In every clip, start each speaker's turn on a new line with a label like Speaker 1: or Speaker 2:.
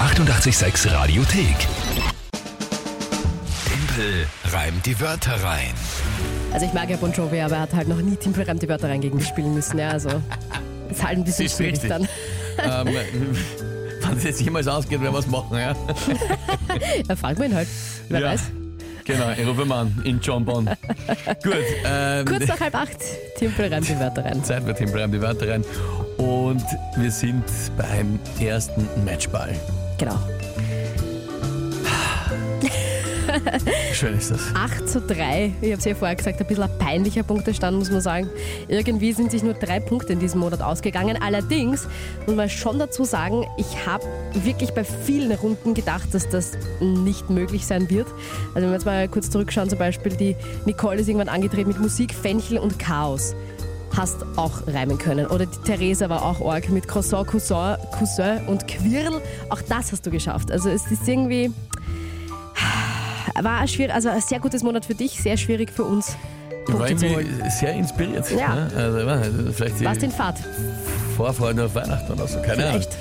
Speaker 1: 886 Radiothek. Tempel reimt die Wörter rein.
Speaker 2: Also ich mag ja Bon Jovi, aber er hat halt noch nie timpelreimte Wörter reingegen spielen müssen. Ja, also ist halt ein bisschen
Speaker 3: Ist
Speaker 2: schwierig
Speaker 3: richtig.
Speaker 2: dann.
Speaker 3: ähm, wenn es jetzt jemals ausgeht, werden wir es machen, ja?
Speaker 2: Da fragt man ihn halt. Wer
Speaker 3: ja.
Speaker 2: weiß.
Speaker 3: Genau, ich rufe mal an, in John Bonn. Gut, ähm,
Speaker 2: Kurz nach halb acht timpelreimte Wörter rein.
Speaker 3: Zeit wird hin, bleiben die Wörter rein. Und wir sind beim ersten Matchball.
Speaker 2: Genau.
Speaker 3: Schön ist das.
Speaker 2: 8 zu 3. Ich habe es ja vorher gesagt, ein bisschen ein peinlicher Punktestand, muss man sagen. Irgendwie sind sich nur drei Punkte in diesem Monat ausgegangen. Allerdings muss man schon dazu sagen, ich habe wirklich bei vielen Runden gedacht, dass das nicht möglich sein wird. Also wenn wir jetzt mal kurz zurückschauen, zum Beispiel die Nicole ist irgendwann angetreten mit Musik, Fenchel und Chaos. Hast auch reimen können. Oder die Theresa war auch Org mit Croissant, Cousin, Cousin und Quirl. Auch das hast du geschafft. Also es ist irgendwie war ein schwier also ein sehr gutes Monat für dich, sehr schwierig für uns.
Speaker 3: Ich war
Speaker 2: Punkte zu holen.
Speaker 3: irgendwie sehr inspiriert.
Speaker 2: Ja.
Speaker 3: ne? Also, ich meine, vielleicht die
Speaker 2: Warst in Fahrt?
Speaker 3: Vorfreude auf Weihnachten oder so. Keine Ahnung.
Speaker 2: Vielleicht.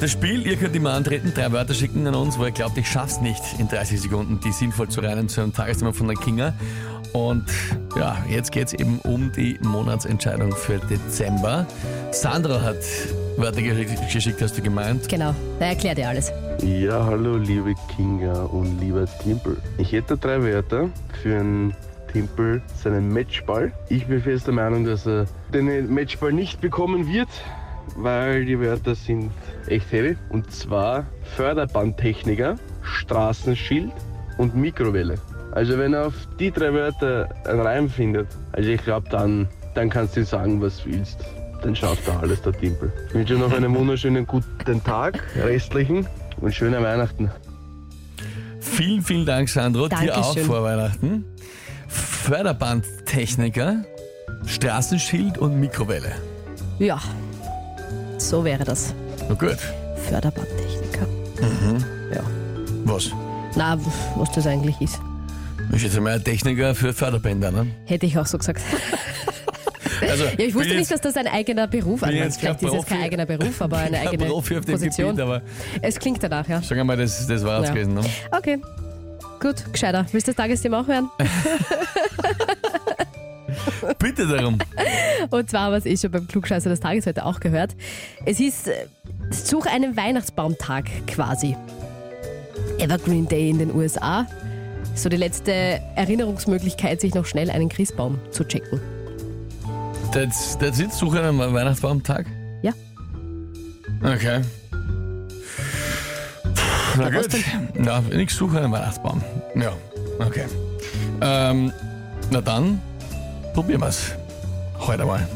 Speaker 3: Das Spiel, ihr könnt immer antreten, drei Wörter schicken an uns, wo ihr glaubt, ich schaff's nicht in 30 Sekunden, die sinnvoll zu reimen zu einem Tagesthema von der Kinga. Und ja, jetzt geht's eben um die Monatsentscheidung für Dezember. Sandra hat Wörter gesch- geschickt, hast du gemeint.
Speaker 2: Genau, da erklärt ihr alles.
Speaker 4: Ja, hallo liebe Kinga und lieber Timpel. Ich hätte drei Wörter für einen Timpel, seinen Matchball. Ich bin fest der Meinung, dass er den Matchball nicht bekommen wird, weil die Wörter sind echt heavy. Und zwar Förderbandtechniker, Straßenschild und Mikrowelle. Also wenn er auf die drei Wörter einen Reim findet, also ich glaube, dann, dann kannst du ihm sagen, was du willst. Dann schafft er alles, der Timpel. Ich wünsche dir noch einen wunderschönen guten Tag, restlichen und schöne Weihnachten.
Speaker 3: Vielen, vielen Dank, Sandro. Dir auch
Speaker 2: Dankeschön.
Speaker 3: vor Weihnachten. Förderbandtechniker, Straßenschild und Mikrowelle.
Speaker 2: Ja, so wäre das.
Speaker 3: Na gut.
Speaker 2: Förderbandtechniker.
Speaker 3: Mhm.
Speaker 2: Ja.
Speaker 3: Was?
Speaker 2: Na, pf, was das eigentlich ist.
Speaker 3: Ich bin jetzt einmal ein Techniker für Förderbänder, ne?
Speaker 2: Hätte ich auch so gesagt.
Speaker 3: Also,
Speaker 2: Ja, ich
Speaker 3: bin
Speaker 2: wusste
Speaker 3: jetzt-
Speaker 2: nicht, dass das ein eigener Beruf
Speaker 3: bin
Speaker 2: ist.
Speaker 3: jetzt kein
Speaker 2: Vielleicht ist es kein
Speaker 3: Profi.
Speaker 2: eigener Beruf, aber eine
Speaker 3: Kein
Speaker 2: eigene
Speaker 3: Profi auf dem
Speaker 2: Position.
Speaker 3: Gebiet, aber
Speaker 2: es klingt danach, ja.
Speaker 3: sagen wir mal, das, das war's
Speaker 2: Ja.
Speaker 3: gewesen. Ne?
Speaker 2: Okay, gut, gescheiter. Willst du das Tagesthema auch hören?
Speaker 3: Bitte darum.
Speaker 2: Und zwar, was ich schon beim Klugscheißer des Tages heute auch gehört. Es hieß, äh, such einen Weihnachtsbaumtag quasi. Evergreen Day in den USA. So die letzte Erinnerungsmöglichkeit, sich noch schnell einen Christbaum zu checken.
Speaker 3: Das, das ist Suche einen Weihnachtsbaumtag?
Speaker 2: Ja.
Speaker 3: Okay. Na
Speaker 2: was
Speaker 3: gut. Na, ich suche einen Weihnachtsbaum. Ja, okay. Ähm, na dann, probieren wir's. Halt Heute mal.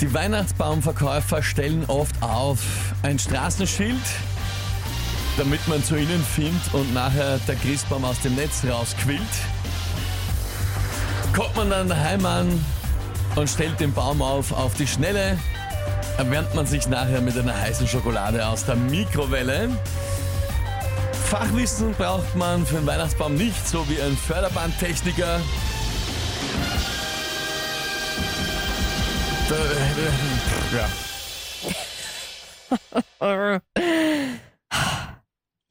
Speaker 3: Die Weihnachtsbaumverkäufer stellen oft auf ein Straßenschild, damit man zu ihnen findet und nachher der Christbaum aus dem Netz rausquillt. Kommt man dann daheim an und stellt den Baum auf auf die Schnelle, erwärmt man sich nachher mit einer heißen Schokolade aus der Mikrowelle. Fachwissen braucht man für einen Weihnachtsbaum nicht, so wie ein Förderbandtechniker. Da- äh, Ja.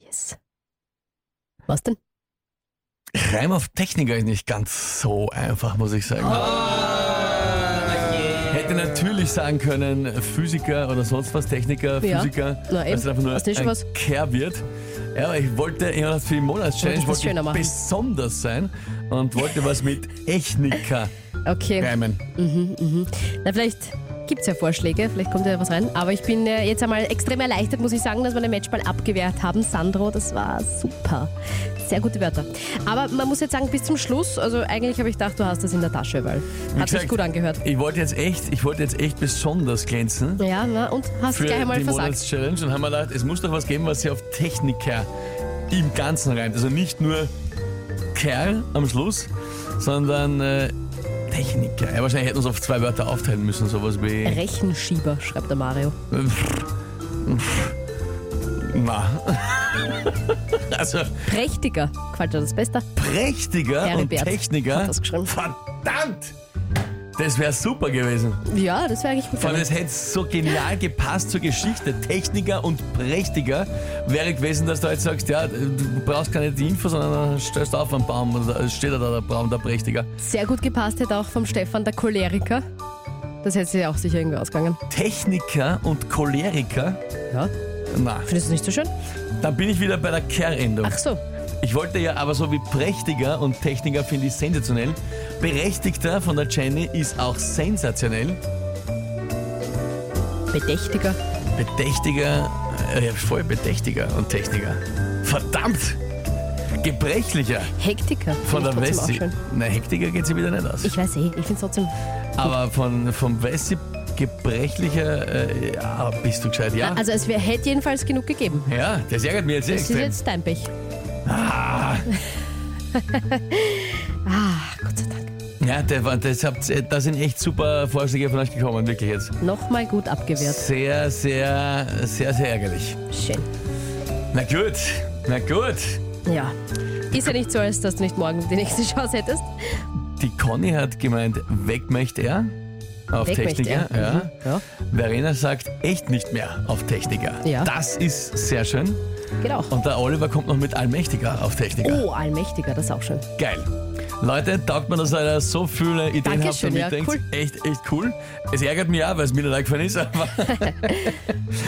Speaker 2: Yes. Was denn?
Speaker 3: Reim auf Techniker ist nicht ganz so einfach, muss ich sagen. Hätte natürlich sagen können, Physiker oder sonst was, Techniker,
Speaker 2: Ja.
Speaker 3: Physiker,
Speaker 2: Na eben.
Speaker 3: weil es einfach nur
Speaker 2: Hast du nicht schon
Speaker 3: ein
Speaker 2: was?
Speaker 3: Kerl wird. Ja, aber ich wollte, ich wollte für die Monatschallenge
Speaker 2: Wolltest was schöner
Speaker 3: wollte ich
Speaker 2: machen.
Speaker 3: besonders sein und wollte was mit Techniker
Speaker 2: Okay.
Speaker 3: reimen.
Speaker 2: Na, vielleicht gibt es ja Vorschläge, vielleicht kommt ja was rein. Aber ich bin äh, jetzt einmal extrem erleichtert, muss ich sagen, dass wir den Matchball abgewehrt haben. Sandro, das war super. Sehr gute Wörter. Aber man muss jetzt sagen, bis zum Schluss, also eigentlich habe ich gedacht, du hast das in der Tasche, weil
Speaker 3: Wie
Speaker 2: hat sich
Speaker 3: gesagt,
Speaker 2: gut angehört.
Speaker 3: Ich wollte jetzt echt, ich wollte jetzt echt besonders glänzen.
Speaker 2: Ja, na, und hast
Speaker 3: Für
Speaker 2: gleich einmal
Speaker 3: die
Speaker 2: versagt.
Speaker 3: Monatschallenge und haben wir gedacht, es muss doch was geben, was sie auf Techniker im Ganzen reimt. Also nicht nur Kerl am Schluss, sondern äh, Techniker. Ja, wahrscheinlich hätten wir uns auf zwei Wörter aufteilen müssen, sowas wie.
Speaker 2: Rechenschieber, schreibt der Mario.
Speaker 3: Na. also
Speaker 2: Prächtiger, gefällt dir das Beste?
Speaker 3: prächtiger
Speaker 2: Heribert
Speaker 3: und Techniker.
Speaker 2: hat das geschrieben.
Speaker 3: Verdammt! Das wäre super gewesen.
Speaker 2: Ja, das wäre eigentlich gut.
Speaker 3: Vor allem, das hätte so genial gepasst zur Geschichte. Techniker und prächtiger wäre gewesen, dass du jetzt sagst, ja, du brauchst keine Info, sondern stellst auf einen Baum und da steht er da, der Baum, der prächtiger.
Speaker 2: Sehr gut gepasst hätte auch vom Stefan, der Choleriker. Das hätte sich auch sicher irgendwie ausgegangen.
Speaker 3: Techniker und Choleriker?
Speaker 2: Ja.
Speaker 3: Na,
Speaker 2: Findest du nicht so schön?
Speaker 3: dann bin ich wieder bei der Kerendung.
Speaker 2: Ach so.
Speaker 3: Ich wollte ja aber so wie prächtiger und Techniker finde ich sensationell. Berechtigter von der Jenny ist auch sensationell.
Speaker 2: Bedächtiger.
Speaker 3: Bedächtiger, äh, ja, voll bedächtiger und Techniker. Verdammt! Gebrechlicher
Speaker 2: Hektiker. Find
Speaker 3: von
Speaker 2: ich
Speaker 3: der
Speaker 2: trotzdem auch
Speaker 3: Wessi.
Speaker 2: schön.
Speaker 3: Na, Hektiker geht sie wieder nicht aus.
Speaker 2: Ich weiß eh, ich finde es trotzdem.
Speaker 3: aber von, vom Wessi gebrechlicher, äh, ja, bist du gescheit, ja?
Speaker 2: Also, es wär, hätte jedenfalls genug gegeben.
Speaker 3: ja, das ärgert mich jetzt
Speaker 2: Das ist
Speaker 3: extrem.
Speaker 2: jetzt dein Pech. Ah. Gott sei Dank.
Speaker 3: Ja, der war- das habt, äh, da sind echt super Vorschläge von euch gekommen, wirklich jetzt.
Speaker 2: Nochmal gut abgewehrt.
Speaker 3: Sehr, sehr, sehr, sehr ärgerlich.
Speaker 2: Schön.
Speaker 3: Na gut, na gut.
Speaker 2: Ja. Ist ja nicht so, als dass du nicht morgen die nächste Chance hättest.
Speaker 3: Die Conny hat gemeint, weg möchte er auf
Speaker 2: Weg möchte
Speaker 3: Techniker.
Speaker 2: er.
Speaker 3: Ja.
Speaker 2: Mhm. Ja.
Speaker 3: Verena sagt, echt nicht mehr auf Techniker.
Speaker 2: Ja.
Speaker 3: Das ist sehr schön.
Speaker 2: Geht auch.
Speaker 3: Und der Oliver kommt noch mit Allmächtiger auf Techniker.
Speaker 2: Oh, Allmächtiger, das ist auch schön.
Speaker 3: Geil. Leute, taugt mir, dass ihr da so viele Ideen habt
Speaker 2: Dankeschön,
Speaker 3: und
Speaker 2: ja,
Speaker 3: mitdenkt.
Speaker 2: cool.
Speaker 3: Echt, echt cool. Es ärgert mich ja, weil es mir nicht eingefallen ist, aber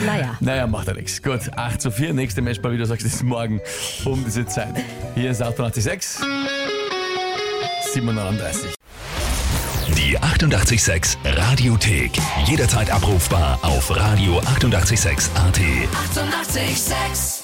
Speaker 2: Naja.
Speaker 3: naja, macht ja nichts. Gut, 8 zu 4, nächste Matchball, wie du sagst, ist morgen um diese Zeit. Hier ist 88.6, 739.
Speaker 1: Die 886 Radiothek. Jederzeit abrufbar auf radio886.at. 886!
Speaker 5: 886